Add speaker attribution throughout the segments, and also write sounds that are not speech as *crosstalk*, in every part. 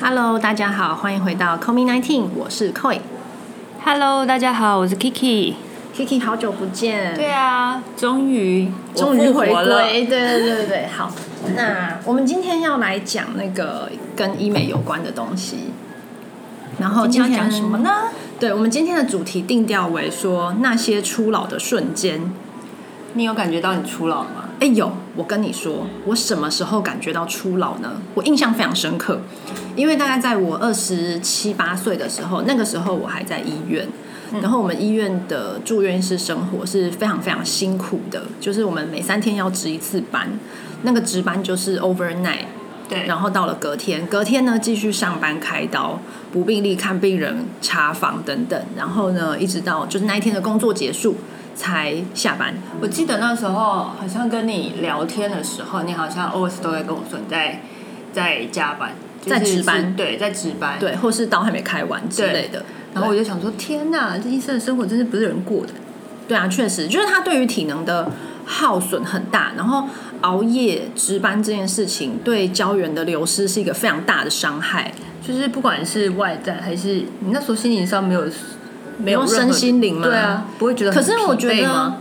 Speaker 1: Hello，大家好，欢迎回到 c o m i Nineteen，我是 Koi。
Speaker 2: Hello，大家好，我是 Kiki。
Speaker 1: Kiki，好久不见，
Speaker 2: 对啊，终于我
Speaker 1: 终于
Speaker 2: 复
Speaker 1: 回
Speaker 2: 活了。
Speaker 1: 归，对对对对对，好。 *laughs* 那我们今天要来讲那个跟医美有关的东西，然后
Speaker 2: 今
Speaker 1: 今
Speaker 2: 天要
Speaker 1: 天
Speaker 2: 讲什么？呢？
Speaker 1: 对我们今天的主题定调为说那些初老的瞬间。
Speaker 2: 你有感觉到你初老吗？
Speaker 1: 哎有，我跟你说，我什么时候感觉到初老呢？我印象非常深刻，因为大概在我二十七八岁的时候，那个时候我还在医院。
Speaker 2: 嗯
Speaker 1: 然后我们医院的住院医师生活是非常非常辛苦的，就是我们每三天要值一次班，那个值班就是 overnight，
Speaker 2: 对
Speaker 1: 然后到了隔天，隔天呢继续上班开刀、不病例、看病人、查房等等，然后呢一直到就是那一天的工作结束才下班。
Speaker 2: 我记得那时候好像跟你聊天的时候，你好像 always 都会跟我说你在在加班，就是
Speaker 1: 在值班
Speaker 2: 是对，在值班。
Speaker 1: 对，或是刀还没开完之类的。
Speaker 2: 然后我就想说，天哪，这医生的生活真是不是人过的。
Speaker 1: 对啊，确实，就是他对于体能的耗损很大，然后熬夜值班这件事情对胶原的流失是一个非常大的伤害，
Speaker 2: 就是不管是外在还是你那时候心灵上没有没
Speaker 1: 有
Speaker 2: 任何
Speaker 1: 身心灵吗
Speaker 2: 对啊，不会觉得
Speaker 1: 可
Speaker 2: 很
Speaker 1: 是我
Speaker 2: 疲
Speaker 1: 觉
Speaker 2: 惫
Speaker 1: 得
Speaker 2: 吗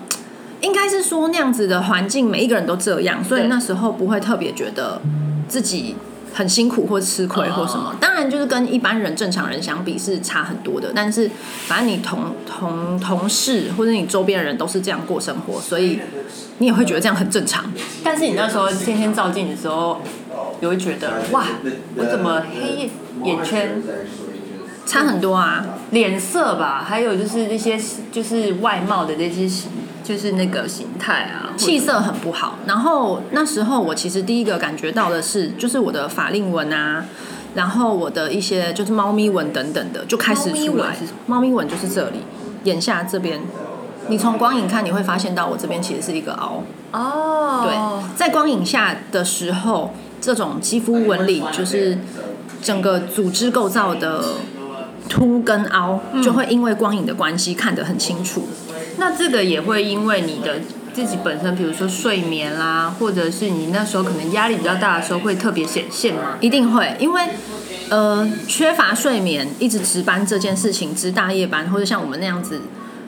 Speaker 1: 应该是说那样子的环境，每一个人都这样，所以
Speaker 2: 对
Speaker 1: 那时候不会特别觉得自己很辛苦或吃亏或什么。当然，就是跟一般人正常人相比是差很多的，但是反正你同同同事或者你周边的人都是这样过生活，所以你也会觉得这样很正常。
Speaker 2: 但是你那时候天天照镜的时候，你会觉得哇，我怎么黑眼圈、
Speaker 1: 差很多啊，
Speaker 2: 脸色吧，还有就是那些就是外貌的那些形，就是那个形态啊，或者
Speaker 1: 气色很不好。然后那时候我其实第一个感觉到的是，就是我的法令纹啊，然后我的一些就是猫咪纹等等的就开始
Speaker 2: 猫
Speaker 1: 出
Speaker 2: 咪纹
Speaker 1: 来嗯
Speaker 2: 是什么。
Speaker 1: 猫咪纹就是这里，眼下这边。你从光影看，你会发现到我这边其实是一个凹。对
Speaker 2: 哦，，
Speaker 1: 在光影下的时候，这种肌肤纹理就是整个组织构造的凸跟凹，就会因为光影的关系看得很清楚。
Speaker 2: 那这个也会因为你的自己本身，比如说睡眠啦，或者是你那时候可能压力比较大的时候，会特别显现吗？
Speaker 1: 一定会，因为呃缺乏睡眠，一直值班这件事情，值大夜班或者像我们那样子。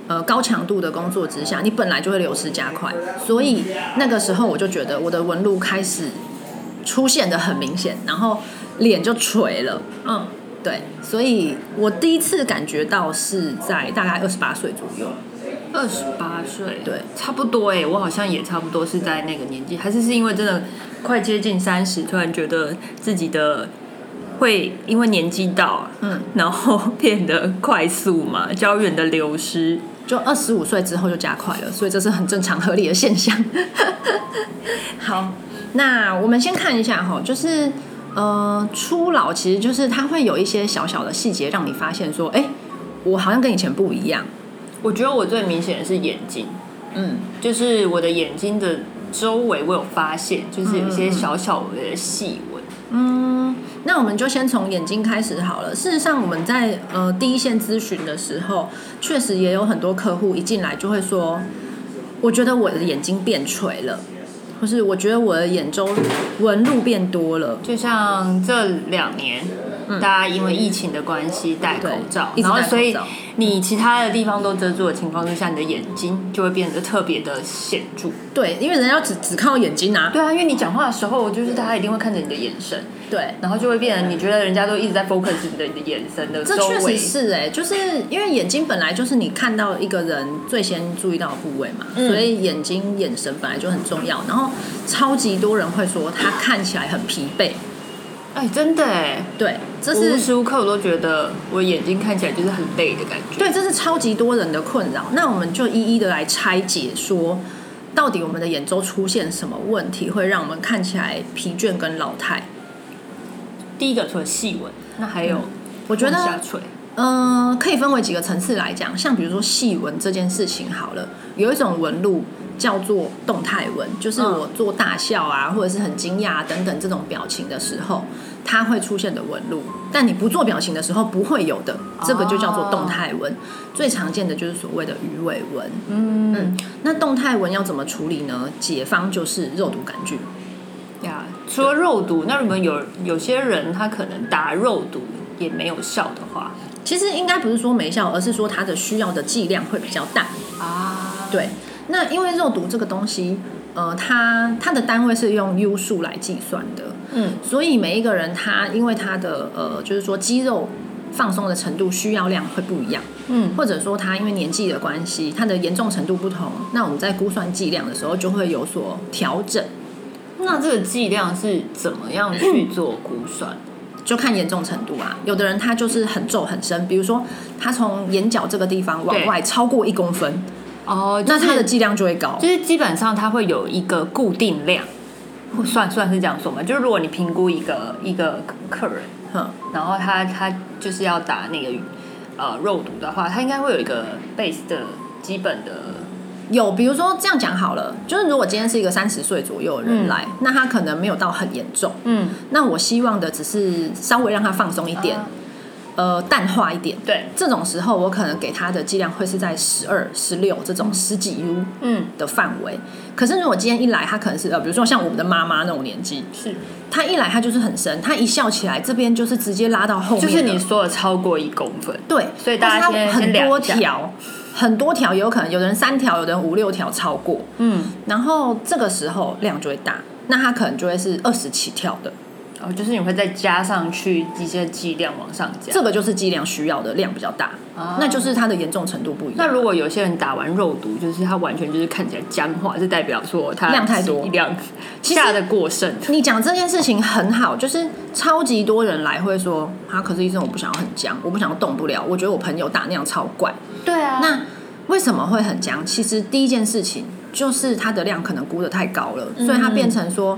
Speaker 1: 呃，高强度的工作之下，你本来就会流失加快，所以那个时候我就觉得我的纹路开始出现的很明显，然后脸就垂了，
Speaker 2: 嗯，
Speaker 1: 对，所以我第一次感觉到是在大概二十八岁左右，
Speaker 2: 二十八岁，
Speaker 1: 对，
Speaker 2: 差不多哎、我好像也差不多是在那个年纪，还是是因为真的快接近三十，突然觉得自己的会因为年纪到，
Speaker 1: 嗯，
Speaker 2: 然后 *laughs* 变得快速嘛，胶原的流失。
Speaker 1: 就二十五岁之后就加快了，所以这是很正常合理的现象。好，那我们先看一下哈，就是呃，初老其实就是它会有一些小小的细节让你发现说，哎、我好像跟以前不一样。
Speaker 2: 我觉得我最明显的是眼睛，
Speaker 1: 嗯，
Speaker 2: 就是我的眼睛的周围，我有发现，就是有一些小小的细纹。
Speaker 1: 嗯那我们就先从眼睛开始好了。事实上，我们在呃第一线咨询的时候，确实也有很多客户一进来就会说，我觉得我的眼睛变垂了，或是我觉得我的眼周纹路变多了。
Speaker 2: 就像这两年，大家因为疫情的关系戴口
Speaker 1: 嗯对
Speaker 2: 罩，
Speaker 1: 一直
Speaker 2: 然后
Speaker 1: 戴口
Speaker 2: 所以
Speaker 1: 罩
Speaker 2: 你其他的地方都遮住的情况之下，你的眼睛就会变得特别的显著。
Speaker 1: 对，因为人家只只靠眼睛啊。
Speaker 2: 对啊，因为你讲话的时候，就是大家一定会看着你的眼神，
Speaker 1: 对，
Speaker 2: 然后就会变得你觉得人家都一直在 focus 你的你的眼神的
Speaker 1: 这
Speaker 2: 周
Speaker 1: 确
Speaker 2: 围
Speaker 1: 实。是哎、就是因为眼睛本来就是你看到一个人最先注意到的部位嘛，
Speaker 2: 嗯
Speaker 1: 所以眼睛眼神本来就很重要。然后超级多人会说他看起来很疲惫，
Speaker 2: 哎，真的哎，
Speaker 1: 对，这
Speaker 2: 我无
Speaker 1: 是
Speaker 2: 时无刻我都觉得我眼睛看起来就是很累的感觉。
Speaker 1: 对，这是超级多人的困扰。那我们就一一的来拆解说。到底我们的眼周出现什么问题，会让我们看起来疲倦跟老态？
Speaker 2: 第一个除了细纹，那还有
Speaker 1: 我觉得
Speaker 2: 往下垂，
Speaker 1: 嗯，可以分为几个层次来讲，像比如说细纹这件事情好了，有一种纹路叫做动态纹，就是
Speaker 2: 嗯
Speaker 1: 我做大笑啊，或者是很惊讶、啊、等等这种表情的时候，它会出现的纹路。但你不做表情的时候不会有的，这个就叫做动态纹。最常见的就是所谓的鱼尾纹。
Speaker 2: 哦嗯
Speaker 1: 嗯，那动态纹要怎么处理呢？解方就是肉毒杆菌。
Speaker 2: 呀除了肉毒，那如果有有些人他可能打肉毒，也没有效的话
Speaker 1: 其实应该不是说没效，而是说它的需要的剂量会比较大。
Speaker 2: 啊，
Speaker 1: 对，那因为肉毒这个东西，呃，它它的单位是用 U 数来计算的，
Speaker 2: 嗯，
Speaker 1: 所以每一个人他因为他的呃，就是说肌肉放松的程度需要量会不一样，
Speaker 2: 嗯，
Speaker 1: 或者说他因为年纪的关系，他的严重程度不同，那我们在估算剂量的时候就会有所调整，
Speaker 2: 那这个剂量是怎么样去做估算？
Speaker 1: 就看严重程度啊。有的人他就是很皱很深，比如说他从眼角这个地方往
Speaker 2: 对
Speaker 1: 外超过一公分，
Speaker 2: 哦，
Speaker 1: 那
Speaker 2: 就是
Speaker 1: 它的剂量就会高。
Speaker 2: 就是基本上它会有一个固定量，算算是这样说嘛，就是如果你评估一个一个客人，
Speaker 1: 嗯，
Speaker 2: 然后他他就是要打那个呃肉毒的话，他应该会有一个 base 的基本的
Speaker 1: 有，比如说这样讲好了，就是如果今天是一个三十岁左右的人
Speaker 2: 嗯
Speaker 1: 来，那他可能没有到很严重，
Speaker 2: 嗯
Speaker 1: 那我希望的只是稍微让他放松一点，呃，淡化一点。
Speaker 2: 对，
Speaker 1: 这种时候，我可能给他的剂量会是在十二、十六这种十几 U
Speaker 2: 嗯
Speaker 1: 的范围。可是如果今天一来，他可能是呃，比如说像我们的妈妈那种年纪，
Speaker 2: 是，
Speaker 1: 她一来她就是很深，她一笑起来，这边就是直接拉到后面
Speaker 2: 就
Speaker 1: 了，
Speaker 2: 是你说的超过一公分，
Speaker 1: 对，
Speaker 2: 所以大家
Speaker 1: 或是她
Speaker 2: 先
Speaker 1: 很
Speaker 2: 先量
Speaker 1: 多
Speaker 2: 一下
Speaker 1: 条，很多条也有可能，有的人三条，有的人五六条超过。
Speaker 2: 嗯，
Speaker 1: 然后这个时候量就会大，那它可能就会是二十起跳的，
Speaker 2: 哦，就是你会再加上去一些剂量往上加。
Speaker 1: 这个就是剂量需要的量比较大，
Speaker 2: 啊
Speaker 1: 那就是它的严重程度不一
Speaker 2: 那
Speaker 1: 样。
Speaker 2: 如果有些人打完肉毒，就是他完全就是看起来僵化，就代表说他
Speaker 1: 量太多
Speaker 2: 量
Speaker 1: 其实
Speaker 2: 下的过剩。
Speaker 1: 你讲这件事情很好，就是超级多人来会说，啊，可是医生我不想要很僵，我不想要动不了，我觉得我朋友打那样超怪。
Speaker 2: 对啊
Speaker 1: 那为什么会很僵？其实第一件事情就是它的量可能估的太高了，所以它变成说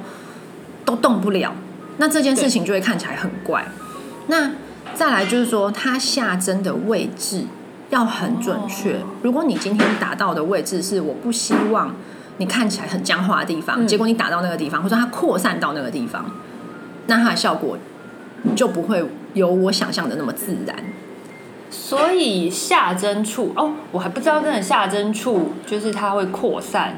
Speaker 1: 都动不了。那这件事情就会看起来很怪。那再来就是说，它下针的位置要很准确。如果你今天打到的位置是我不希望你看起来很僵化的地方，
Speaker 2: 嗯
Speaker 1: 结果你打到那个地方，或者它扩散到那个地方，那它的效果就不会有我想象的那么自然。
Speaker 2: 所以下针处哦，我还不知道真的下针处就是它会扩散。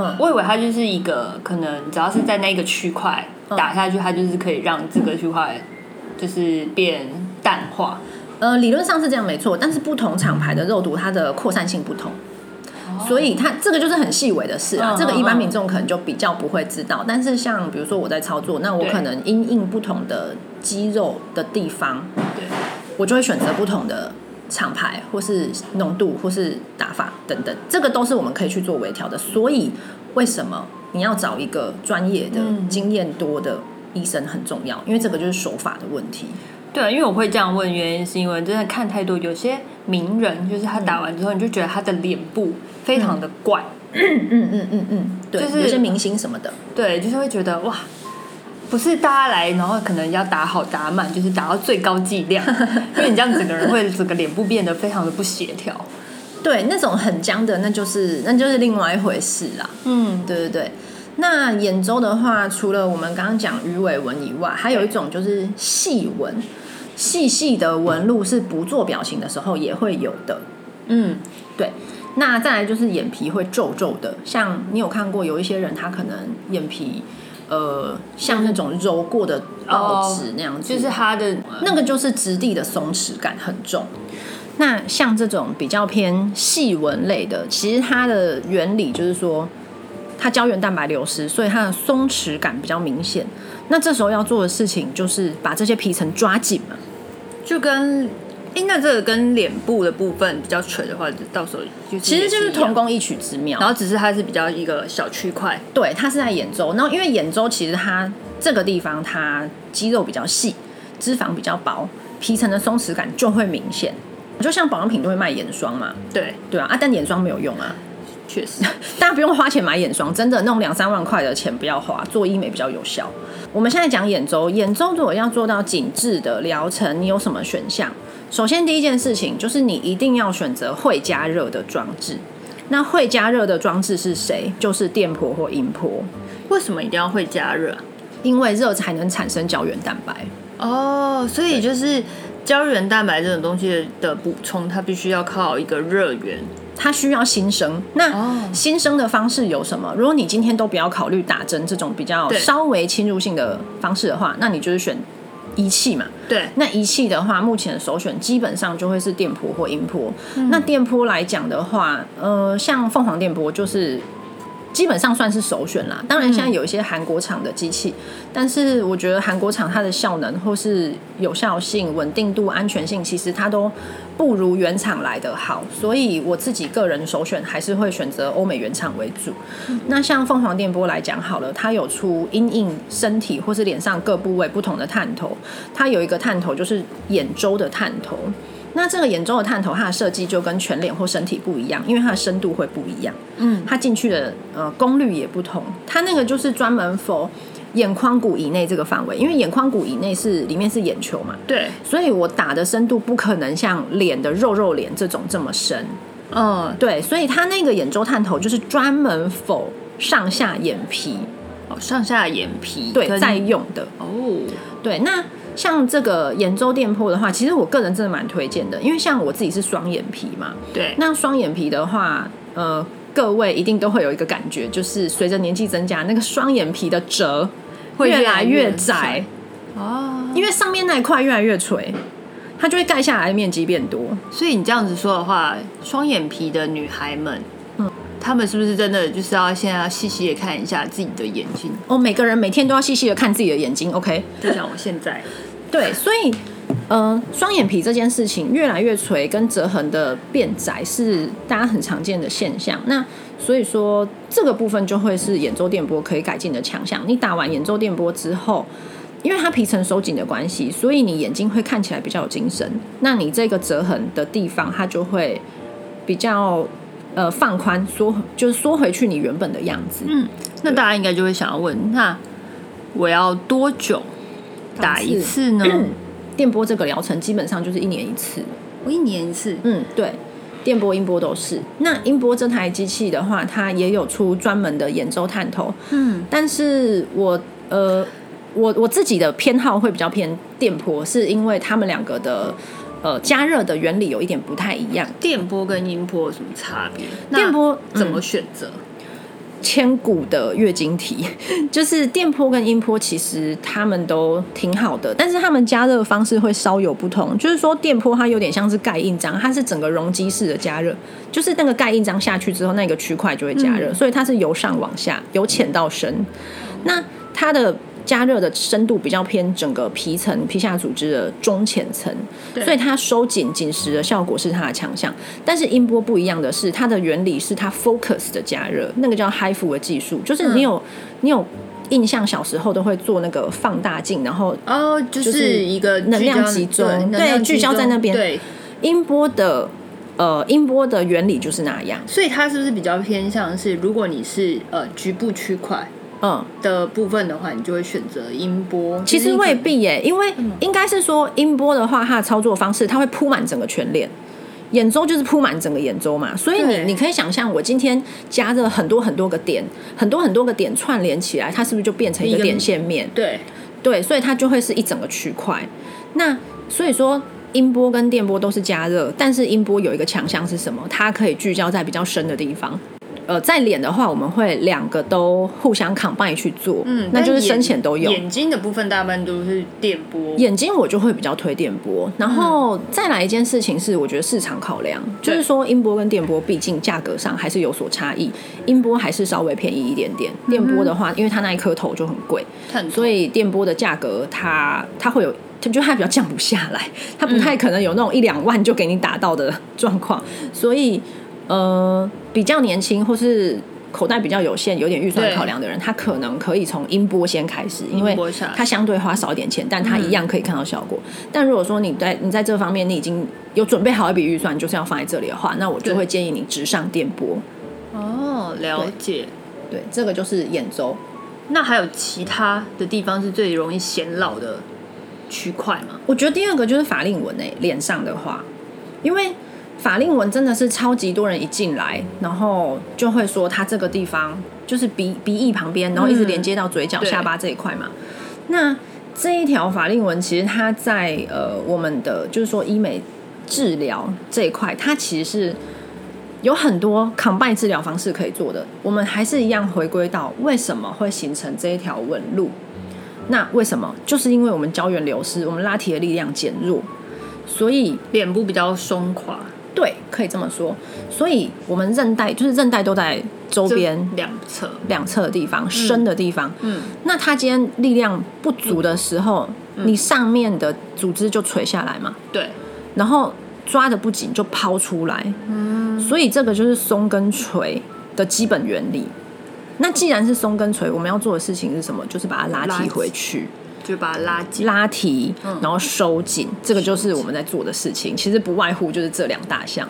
Speaker 1: 嗯
Speaker 2: 我以为它就是一个可能，只要是在那个区块
Speaker 1: 嗯
Speaker 2: 打下去，它就是可以让这个区块就是变淡化。
Speaker 1: 呃，理论上是这样没错，但是不同厂牌的肉毒它的扩散性不同，所以它这个就是很细微的事啊。
Speaker 2: 哦嗯
Speaker 1: 这个一
Speaker 2: 嗯
Speaker 1: 般
Speaker 2: 嗯
Speaker 1: 民众可能就比较不会知道，但是像比如说我在操作，那我
Speaker 2: 对
Speaker 1: 可能因应不同的肌肉的地方，
Speaker 2: 对，
Speaker 1: 我就会选择不同的厂牌或是浓度或是打法等等，这个都是我们可以去做微调的。所以为什么你要找一个专业的、
Speaker 2: 嗯
Speaker 1: 经验多的医生很重要？因为这个就是手法的问题。
Speaker 2: 对，因为我会这样问，原因是因为真的看太多，有些名人就是他打完之后，你就觉得他的脸部非常的怪，
Speaker 1: 嗯嗯嗯嗯，对，
Speaker 2: 就是
Speaker 1: 有些明星什么的。
Speaker 2: 对，就是会觉得哇，不是大家来，然后可能要打好打满，就是打到最高剂 *laughs* 量，因为你这样整个人会整个脸部变得非常的不协调。
Speaker 1: 对，那种很僵的，那就是那就是另外一回事啦。
Speaker 2: 嗯，
Speaker 1: 对对对。那眼周的话，除了我们刚刚讲鱼尾纹以外，还有一种就是细纹，细细的纹路是不做表情的时候也会有的。
Speaker 2: 嗯，
Speaker 1: 对，那再来就是眼皮会皱皱的，像你有看过有一些人，他可能眼皮呃像那种揉过的报纸那样子，
Speaker 2: 哦就是他的
Speaker 1: 那个就是质地的松弛感很重。那像这种比较偏细纹类的，其实它的原理就是说，它胶原蛋白流失，所以它的松弛感比较明显。那这时候要做的事情就是把这些皮层抓紧嘛。
Speaker 2: 就跟。哎，那这个跟脸部的部分比较垂的话，就到时候就
Speaker 1: 其实就是同
Speaker 2: 同，
Speaker 1: 工异曲之妙。
Speaker 2: 然后只是它是比较一个小区块，
Speaker 1: 对，它是在眼周。然后因为眼周其实它这个地方它肌肉比较细，脂肪比较薄，皮层的松弛感就会明显。就像保养品都会卖眼霜嘛，
Speaker 2: 对，
Speaker 1: 对啊，啊但眼霜没有用啊。
Speaker 2: 确实，
Speaker 1: 大家不用花钱买眼霜，真的那种两三万块的钱不要花，做医美比较有效。我们现在讲眼周，眼周如果要做到紧致的疗程，你有什么选项？首先第一件事情就是你一定要选择会加热的装置。那会加热的装置是谁？就是电波或音波，
Speaker 2: 为什么一定要会加热啊？
Speaker 1: 因为热才能产生胶原蛋白。
Speaker 2: 哦，所以就是胶原蛋白这种东西的补充，它必须要靠一个热源。
Speaker 1: 它需要新生。
Speaker 2: 哦
Speaker 1: 那新生的方式有什么？如果你今天都不要考虑打针这种比较
Speaker 2: 对
Speaker 1: 稍微侵入性的方式的话，那你就是选仪器嘛。
Speaker 2: 对，
Speaker 1: 那仪器的话，目前首选基本上就会是电波或音波。那电波来讲的话，呃，像凤凰电波就是基本上算是首选啦。当然，现在有一些韩国厂的机器，但是我觉得韩国厂它的效能或是有效性、稳定度、安全性，其实它都不如原厂来的好。所以我自己个人首选还是会选择欧美原厂为主。那像凤凰电波来讲好了，它有出因应身体或是脸上各部位不同的探头，它有一个探头就是眼周的探头。那这个眼周的探头，它的设计就跟全脸或身体不一样，因为它的深度会不一样，
Speaker 2: 嗯，
Speaker 1: 它进去的呃功率也不同。它那个就是专门否眼眶骨以内这个范围，因为眼眶骨以内是里面是眼球嘛，
Speaker 2: 对，
Speaker 1: 所以我打的深度不可能像脸的肉肉脸这种这么深，
Speaker 2: 嗯，
Speaker 1: 对，所以它那个眼周探头就是专门否上下眼皮，
Speaker 2: 哦，上下眼皮
Speaker 1: 对，
Speaker 2: 跟
Speaker 1: 在用的。
Speaker 2: 哦，
Speaker 1: 对，那像这个眼周电波的话，其实我个人真的蛮推荐的，因为像我自己是双眼皮嘛，
Speaker 2: 对，
Speaker 1: 那双眼皮的话，呃，各位一定都会有一个感觉，就是随着年纪增加，那个双眼皮的褶
Speaker 2: 会
Speaker 1: 越
Speaker 2: 越来
Speaker 1: 来
Speaker 2: 越
Speaker 1: 越窄，
Speaker 2: 哦，
Speaker 1: 因为上面那一块越来越垂，它就会盖下来的面积变多。
Speaker 2: 所以你这样子说的话，双眼皮的女孩们，嗯，她们是不是真的就是要现在要细细的看一下自己的眼睛？
Speaker 1: 哦，每个人每天都要细细的看自己的眼睛，OK？
Speaker 2: 就像我现在，
Speaker 1: 对，所以，呃，双眼皮这件事情越来越垂跟折痕的变窄是大家很常见的现象。那所以说，这个部分就会是眼周电波可以改进的强项。你打完眼周电波之后，因为它皮层收紧的关系，所以你眼睛会看起来比较有精神。那你这个折痕的地方，它就会比较呃放宽缩，就是缩回去你原本的样子。
Speaker 2: 嗯，那大家应该就会想要问，那我要多久打一次呢？
Speaker 1: 电波这个疗程基本上就是一年一次。
Speaker 2: 我一年一次，
Speaker 1: 嗯，对，电波、音波都是。那音波这台机器的话，它也有出专门的眼周探头，
Speaker 2: 嗯，
Speaker 1: 但是我呃，我我自己的偏好会比较偏电波，是因为它们两个的呃加热的原理有一点不太一样。
Speaker 2: 电波跟音波有什么差别？
Speaker 1: 电波
Speaker 2: 那怎么
Speaker 1: 嗯
Speaker 2: 选择？
Speaker 1: 千古的月经题， *laughs* 就是电波跟音波，其实他们都挺好的，但是他们加热方式会稍有不同。就是说，电波它有点像是盖印章，它是整个容积式的加热，就是那个盖印章下去之后，那个区块就会加
Speaker 2: 嗯
Speaker 1: 热，所以它是由上往下，由浅到深。那它的加热的深度比较偏整个皮层、皮下组织的中浅层，
Speaker 2: 对
Speaker 1: 所以它收紧紧实的效果是它的强项。但是音波不一样的是，它的原理是它 focus 的加热，那个叫 h i f 的技术，就是
Speaker 2: 嗯
Speaker 1: 你有、你有印象小时候都会做那个放大镜，然后
Speaker 2: 哦，就
Speaker 1: 就是
Speaker 2: 是一个
Speaker 1: 能
Speaker 2: 聚
Speaker 1: 量
Speaker 2: 焦
Speaker 1: 集
Speaker 2: 对
Speaker 1: 中
Speaker 2: 能
Speaker 1: 对
Speaker 2: 量
Speaker 1: 聚
Speaker 2: 集
Speaker 1: 焦在
Speaker 2: 中
Speaker 1: 那边
Speaker 2: 对，
Speaker 1: 音波的呃音波的原理就是那样，
Speaker 2: 所以它是不是比较偏向是，如果你是呃局部区块
Speaker 1: 嗯。
Speaker 2: 的部分的话，你就会选择音波？
Speaker 1: 其
Speaker 2: 就是
Speaker 1: 实
Speaker 2: 你可
Speaker 1: 未必耶，因为
Speaker 2: 嗯
Speaker 1: 应该是说音波的话，它的操作方式它会铺满整个全脸，眼周就是铺满整个眼周嘛，所以你
Speaker 2: 对
Speaker 1: 你可以想象，我今天加热很多很多个点，很多很多个点串联起来，它是不是就变成一
Speaker 2: 一
Speaker 1: 个
Speaker 2: 个
Speaker 1: 点线面？
Speaker 2: 对，
Speaker 1: 对，所以它就会是一整个区块。那所以说。音波跟电波都是加热，但是音波有一个强项是什么？它可以聚焦在比较深的地方。呃，在脸的话，我们会两个都互相 combine 去做，
Speaker 2: 嗯，
Speaker 1: 那
Speaker 2: 但
Speaker 1: 就是
Speaker 2: 眼
Speaker 1: 深浅都有。
Speaker 2: 眼睛的部分大半都是电波，
Speaker 1: 眼睛我就会比较推电波，然后再来一件事情是，我觉得市场考量，就
Speaker 2: 对
Speaker 1: 是说音波跟电波毕竟价格上还是有所差异，音波还是稍微便宜一点点，电波的话，因为它那一颗头就很贵，
Speaker 2: 探索
Speaker 1: 所以电波的价格它它会有。它就它比较降不下来，它不太可能有那种一两万就给你打到的状况，所以呃，比较年轻或是口袋比较有限、有点预算
Speaker 2: 对
Speaker 1: 考量的人，他可能可以从音波先开始，因为
Speaker 2: 音波下来嗯
Speaker 1: 他相对花少一点钱，但他一样可以看到效果。但如果说你在你在这方面你已经有准备好一笔预算，就是要放在这里的话，那我就
Speaker 2: 对
Speaker 1: 会建议你直上电波。
Speaker 2: 哦，了解。
Speaker 1: 对，这个就是眼周。
Speaker 2: 那还有其他的地方是最容易显老的区块吗？
Speaker 1: 我觉得第二个就是法令纹诶、欸脸上的话，因为法令纹真的是超级多人一进来，然后就会说他这个地方就是鼻鼻翼旁边，然后一直连接到嘴角、
Speaker 2: 对
Speaker 1: 下巴这一块嘛。那这一条法令纹其实它在呃我们的就是说医美治疗这一块，它其实是。有很多 combine 治疗方式可以做的，我们还是一样回归到为什么会形成这一条纹路。那为什么？就是因为我们胶原流失，我们拉提的力量减弱，所以
Speaker 2: 脸部比较松垮，
Speaker 1: 对，可以这么说。所以我们韧带就是韧带都在周边
Speaker 2: 就两侧，
Speaker 1: 两侧的地方、深的地方。
Speaker 2: 嗯，
Speaker 1: 那它今天力量不足的时候，你上面的组织就垂下来嘛，
Speaker 2: 对，
Speaker 1: 然后抓的不紧就抛出来。嗯，所以这个就是松跟垂的基本原理。那既然是松跟垂，我们要做的事情是什么？就是把它拉
Speaker 2: 拉
Speaker 1: 提
Speaker 2: 起
Speaker 1: 回去。
Speaker 2: 就把它拉紧。
Speaker 1: 拉提，然后收紧，这个就是我们在做的事情。其实不外乎就是这两大项。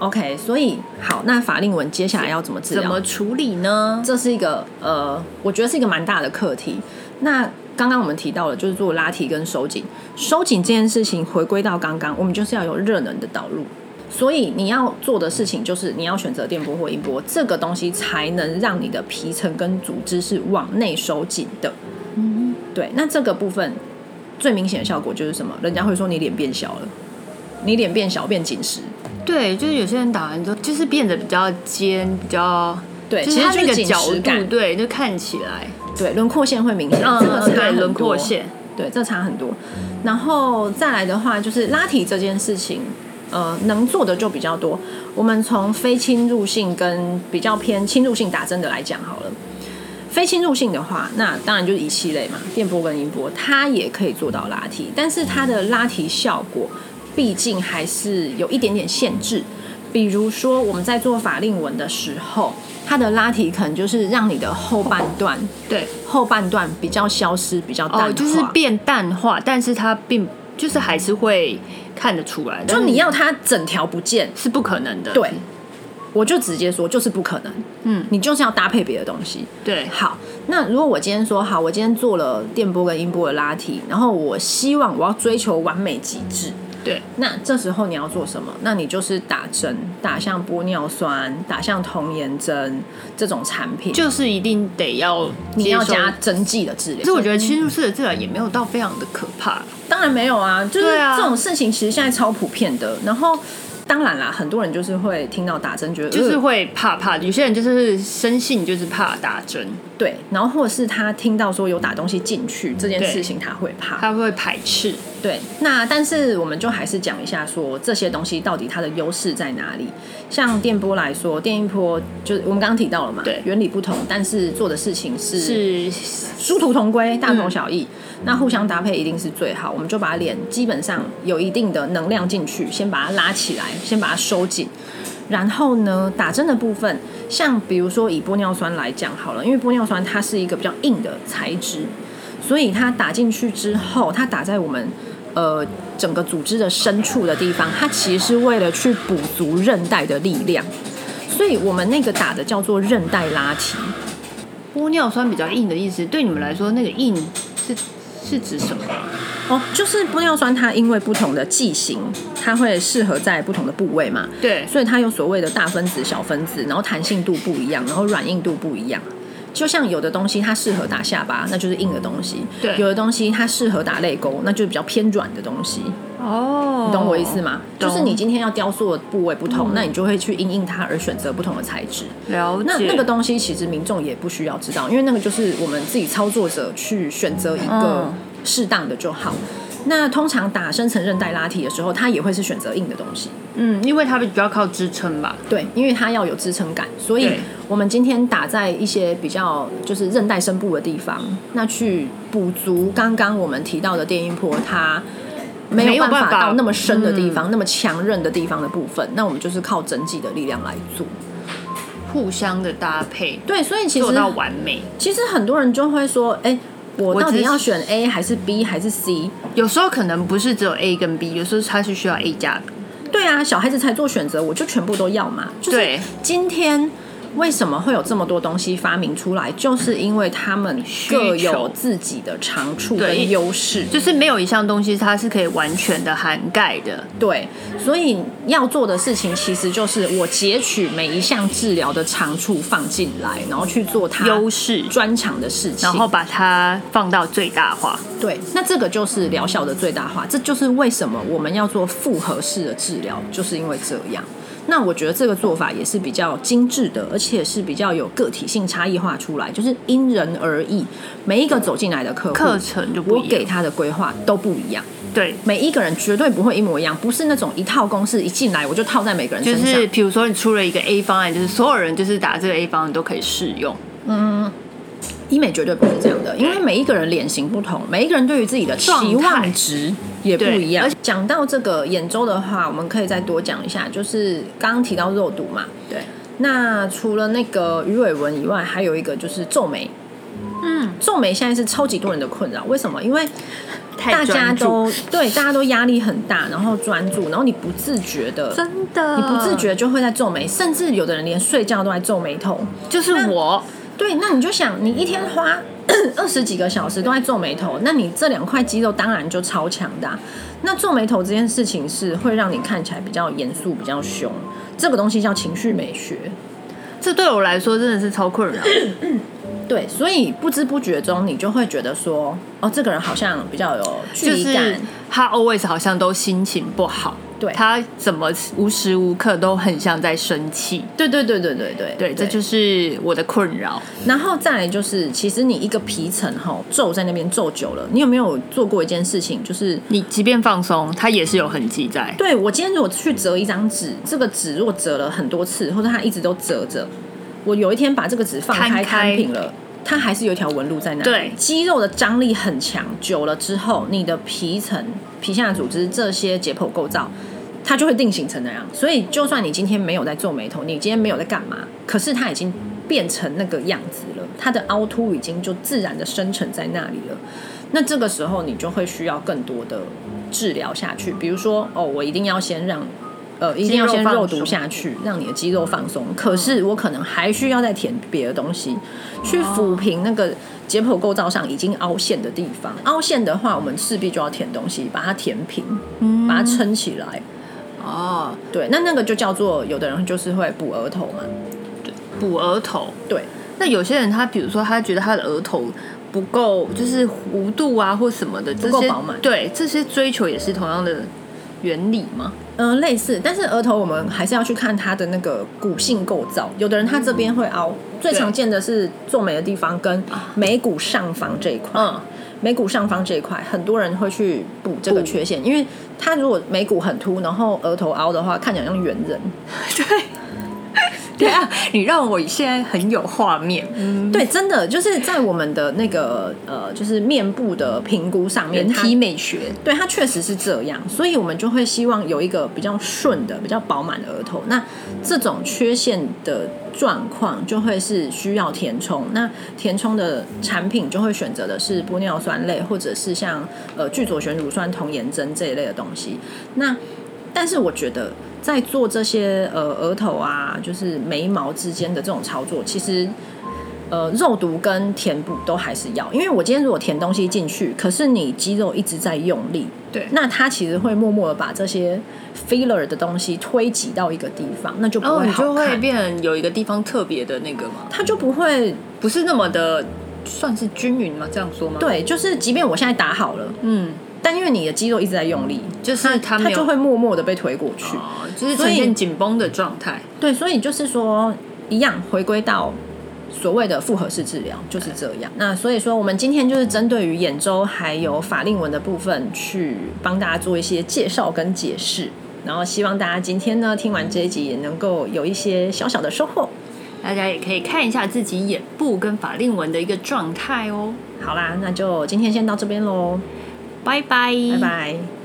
Speaker 1: OK，所嗯以好，那法令纹接下来要怎么治
Speaker 2: 怎
Speaker 1: 疗
Speaker 2: 么？处理呢？
Speaker 1: 这是一个呃，我觉得是一个蛮大的课题。那刚刚我们提到了，就是做拉提跟收紧。收紧这件事情，回归到刚刚，我们就是要有热能的导入。所以你要做的事情就是你要选择电波或音波这个东西，才能让你的皮层跟组织是往内收紧的。
Speaker 2: 嗯
Speaker 1: 对，那这个部分最明显的效果就是什么？人家会说你脸变小了，你脸变小变紧实。
Speaker 2: 对，就是有些人打完之后，就是变得比较尖，比较
Speaker 1: 对，
Speaker 2: 就是
Speaker 1: 其实
Speaker 2: 它
Speaker 1: 就
Speaker 2: 那
Speaker 1: 是
Speaker 2: 个
Speaker 1: 紧
Speaker 2: 角
Speaker 1: 实
Speaker 2: 度，
Speaker 1: 感，
Speaker 2: 对，就看起来，
Speaker 1: 对，轮廓线会明显，这个
Speaker 2: 嗯，
Speaker 1: 差
Speaker 2: 对，
Speaker 1: 很
Speaker 2: 轮廓
Speaker 1: 多，
Speaker 2: 线，
Speaker 1: 对，这差很多。然后再来的话，就是拉提这件事情，呃，能做的就比较多。我们从非侵入性跟比较偏侵入性打针的来讲好了。非侵入性的话，那当然就是仪器类嘛，电波跟音波，它也可以做到拉提，但是它的拉提效果毕竟还是有一点点限制。比如说我们在做法令纹的时候，它的拉提可能就是让你的后半段
Speaker 2: 对，
Speaker 1: 后半段比较消失，比较淡化。
Speaker 2: 哦，就是变淡化，但是它并就是还是会看得出来，
Speaker 1: 就
Speaker 2: 但是
Speaker 1: 你要它整条不见，
Speaker 2: 是不可能的，
Speaker 1: 对，我就直接说就是不可能。
Speaker 2: 嗯，
Speaker 1: 你就是要搭配别的东西。
Speaker 2: 对，
Speaker 1: 好，那如果我今天说好，我今天做了电波跟音波的拉提，然后我希望我要追求完美极致，
Speaker 2: 对，
Speaker 1: 那这时候你要做什么？那你就是打针，打像玻尿酸、打像童颜针这种产品，
Speaker 2: 就是一定得要
Speaker 1: 你要
Speaker 2: 接受
Speaker 1: 加针剂的治疗。
Speaker 2: 可是我觉得侵入式的治疗也没有到非常的可怕，
Speaker 1: 当然没有啊，就是
Speaker 2: 对啊
Speaker 1: 这种事情其实现在超普遍的。然后，当然啦，很多人就是会听到打针，觉得
Speaker 2: 就是
Speaker 1: 呃
Speaker 2: 会怕怕的。有些人就是生性就是怕打针，
Speaker 1: 对，然后或者是他听到说有打东西进去这件事情，他会怕。
Speaker 2: 他会排斥。
Speaker 1: 对，那但是我们就还是讲一下说这些东西到底它的优势在哪里。像电波来说，电音波就是我们刚刚提到了嘛，
Speaker 2: 对
Speaker 1: 原理不同，但是做的事情是
Speaker 2: 是，
Speaker 1: 殊途同归，大同小异。那互相搭配一定是最好。我们就把脸基本上有一定的能量进去，先把它拉起来，先把它收紧。然后呢，打针的部分，像比如说以玻尿酸来讲好了，因为玻尿酸它是一个比较硬的材质，所以它打进去之后，它打在我们呃整个组织的深处的地方，它其实是为了去补足韧带的力量。所以我们那个打的叫做韧带拉提，
Speaker 2: 玻尿酸比较硬的意思，对你们来说那个硬是是指什么？
Speaker 1: 哦，就是玻尿酸，它因为不同的剂型，它会适合在不同的部位嘛，
Speaker 2: 对，
Speaker 1: 所以它有所谓的大分子、小分子，然后弹性度不一样，然后软硬度不一样。就像有的东西它适合打下巴，那就是硬的东西；
Speaker 2: 对
Speaker 1: 有的东西它适合打泪沟，那就是比较偏软的东西。
Speaker 2: 哦，
Speaker 1: 你懂我意思吗？
Speaker 2: 懂嗯
Speaker 1: 就是你今天要雕塑的部位不同，那你就会去因应它而选择不同的材质。
Speaker 2: 了解。
Speaker 1: 那那个东西其实民众也不需要知道，因为那个就是我们自己操作者去选择一个
Speaker 2: 嗯
Speaker 1: 适当的就好。那通常打深层韧带拉提的时候，它也会是选择硬的东西，
Speaker 2: 嗯，因为它比较靠支撑吧。
Speaker 1: 对，因为它要有支撑感。所以
Speaker 2: 对
Speaker 1: 我们今天打在一些比较就是韧带深部的地方，那去补足刚刚我们提到的电音波它。没
Speaker 2: 没
Speaker 1: 有办
Speaker 2: 有办
Speaker 1: 法
Speaker 2: 法
Speaker 1: 到那么深的地方，那么强韧的地方的部分，那我们就是靠整体的力量来做。
Speaker 2: 互相的搭配，
Speaker 1: 对，所以其实
Speaker 2: 做到完美。
Speaker 1: 其实很多人就会说，哎、我
Speaker 2: 我
Speaker 1: 到底
Speaker 2: 只是
Speaker 1: 要选 A 还是 B 还是 C？
Speaker 2: 有时候可能不是只有 A 跟 B，有时候它是需要 A 加 B。
Speaker 1: 对啊，小孩子才做选择，我就全部都要嘛。就是
Speaker 2: 对，
Speaker 1: 今天为什么会有这么多东西发明出来，就是因为他们各
Speaker 2: 需
Speaker 1: 有
Speaker 2: 求
Speaker 1: 自己的长处
Speaker 2: 对
Speaker 1: 跟优势。
Speaker 2: 就是没有一项东西它是可以完全的涵盖的。
Speaker 1: 对，所以要做的事情其实就是我截取每一项治疗的长处放进来，然后去做它
Speaker 2: 优势，
Speaker 1: 专长的事情。
Speaker 2: 然后把它放到最大化。
Speaker 1: 对，那这个就是疗效的最大化，这就是为什么我们要做复合式的治疗，就是因为这样。那我觉得这个做法也是比较精致的，而且是比较有个体性差异化出来，就是因人而异。每一个走进来的客户，
Speaker 2: 课程就不
Speaker 1: 我
Speaker 2: 一
Speaker 1: 给
Speaker 2: 样。
Speaker 1: 他的规划都不一样，
Speaker 2: 对，
Speaker 1: 每一个人绝对不会一模一样，不是那种一套公式一进来我就套在每个人
Speaker 2: 就
Speaker 1: 身上。
Speaker 2: 是比如说你出了一个 A 方案，就是所有人就是打这个 A 方案都可以适用。
Speaker 1: 医美绝对不是这样的，因为每一个人脸型不同，每一个人对于自己的期
Speaker 2: 状态
Speaker 1: 望值也不一
Speaker 2: 对
Speaker 1: 样
Speaker 2: 而。
Speaker 1: 讲到这个眼周的话，我们可以再多讲一下，就是刚刚提到肉毒嘛，
Speaker 2: 对，
Speaker 1: 那除了那个鱼尾纹以外，还有一个就是皱眉。
Speaker 2: 嗯，
Speaker 1: 皱眉现在是超级多人的困扰，为什么？因为大
Speaker 2: 太
Speaker 1: 家
Speaker 2: 专注，
Speaker 1: 都对大家都压力很大，然后专注，然后你不自觉的，
Speaker 2: 真的，
Speaker 1: 你不自觉就会在皱眉，甚至有的人连睡觉都在皱眉头。
Speaker 2: 就是我，
Speaker 1: 对，那你就想，你一天花 *clears throat* 二十几个小时都在皱眉头，那你这两块肌肉当然就超强的啊、那皱眉头这件事情是会让你看起来比较严肃、比较凶，这个东西叫情绪美学。
Speaker 2: 这对我来说真的是超困扰。
Speaker 1: 对，所以不知不觉中，你就会觉得说，哦，这个人好像比较有距
Speaker 2: 就
Speaker 1: 离感。
Speaker 2: 是他 always 好像都心情不好，
Speaker 1: 对
Speaker 2: 他怎么无时无刻都很像在生气，
Speaker 1: 对对对对对对。
Speaker 2: 对，这就是是我的困扰。
Speaker 1: 然后再来就是，其实你一个皮层哈皱在那边皱久了，你有没有做过一件事情，就是
Speaker 2: 你即便放松，他也是有痕迹在，
Speaker 1: 对我今天如果去折一张
Speaker 2: 嗯
Speaker 1: 纸，这个纸如果折了很多次，或者它一直都折着，我有一天把这个纸放
Speaker 2: 摊
Speaker 1: 开
Speaker 2: 开
Speaker 1: 摊平了。它还是有一条纹路在那里，
Speaker 2: 对
Speaker 1: 肌肉的张力很强，久了之后，你的皮层、皮下组织这些解剖构造，它就会定型成那样。所以，就算你今天没有在皱眉头，你今天没有在干嘛，可是它已经变成那个样子了，它的凹凸已经就自然的生成在那里了。那这个时候你就会需要更多的治疗下去，比如说哦，我一定要先让。呃，一定要先
Speaker 2: 肌肉放
Speaker 1: 肉毒
Speaker 2: 松
Speaker 1: 下去，让你的肌肉放松。可是我可能还需要再填别的东西，去抚平那个解剖构造上已经凹陷的地方。凹陷的话，我们势必就要填东西，把它填平，把它撑起来。
Speaker 2: 嗯哦，
Speaker 1: 对，那那个就叫做有的人就是会补额头嘛。
Speaker 2: 补额头。
Speaker 1: 对，
Speaker 2: 那有些人他比如说他觉得他的额头不够，就是弧度啊或什么的，这
Speaker 1: 够
Speaker 2: 些
Speaker 1: 饱满
Speaker 2: 对这些追求也是同样的原理吗？
Speaker 1: 嗯、类似，但是额头我们还是要去看它的那个骨性构造。有的人他这边会凹，最常见的是皱眉的地方跟眉骨上方这一块。
Speaker 2: 啊嗯，
Speaker 1: 眉骨上方这一块，很多人会去补这个缺陷，因为他如果眉骨很凸，然后额头凹的话，看起来像圆人。
Speaker 2: 对啊，你让我现在很有画面。嗯，
Speaker 1: 对，真的就是在我们的那个呃，就是面部的评估上面，
Speaker 2: 人
Speaker 1: 它
Speaker 2: 体美学
Speaker 1: 对它确实是这样，所以我们就会希望有一个比较顺的、比较饱满的额头。那这种缺陷的状况就会是需要填充。那填充的产品就会选择的是玻尿酸类，或者是像呃聚左旋乳酸童颜针这一类的东西。那但是我觉得在做这些呃额头啊，就是眉毛之间的这种操作，其实呃肉毒跟填补都还是要，因为我今天如果填东西进去，可是你肌肉一直在用力，
Speaker 2: 对
Speaker 1: 那它其实会默默的把这些 filler 的东西推挤到一个地方，那就不
Speaker 2: 哦，
Speaker 1: 会
Speaker 2: 你就
Speaker 1: 好看，
Speaker 2: 会变成有一个地方特别的那个嘛，
Speaker 1: 它就不会
Speaker 2: 不是那么的算是均匀嘛，这样说吗？，
Speaker 1: 对，就是即便我现在打好了，
Speaker 2: 嗯，
Speaker 1: 但因为你的肌肉一直在用力，
Speaker 2: 就是它
Speaker 1: 它
Speaker 2: 没有
Speaker 1: 就会默默的被推过去。
Speaker 2: 哦，就是
Speaker 1: 所
Speaker 2: 呈
Speaker 1: 以
Speaker 2: 现紧绷的状态。
Speaker 1: 对，所以就是说，一样回归到所谓的复合式治疗就是这样。那所以说，我们今天就是针对于眼周还有法令纹的部分，去帮大家做一些介绍跟解释。然后希望大家今天呢听完这一集也能够有一些小小的收获。
Speaker 2: 大家也可以看一下自己眼部跟法令纹的一个状态哦。
Speaker 1: 好啦，那就今天先到这边喽，
Speaker 2: 拜拜，
Speaker 1: 拜拜。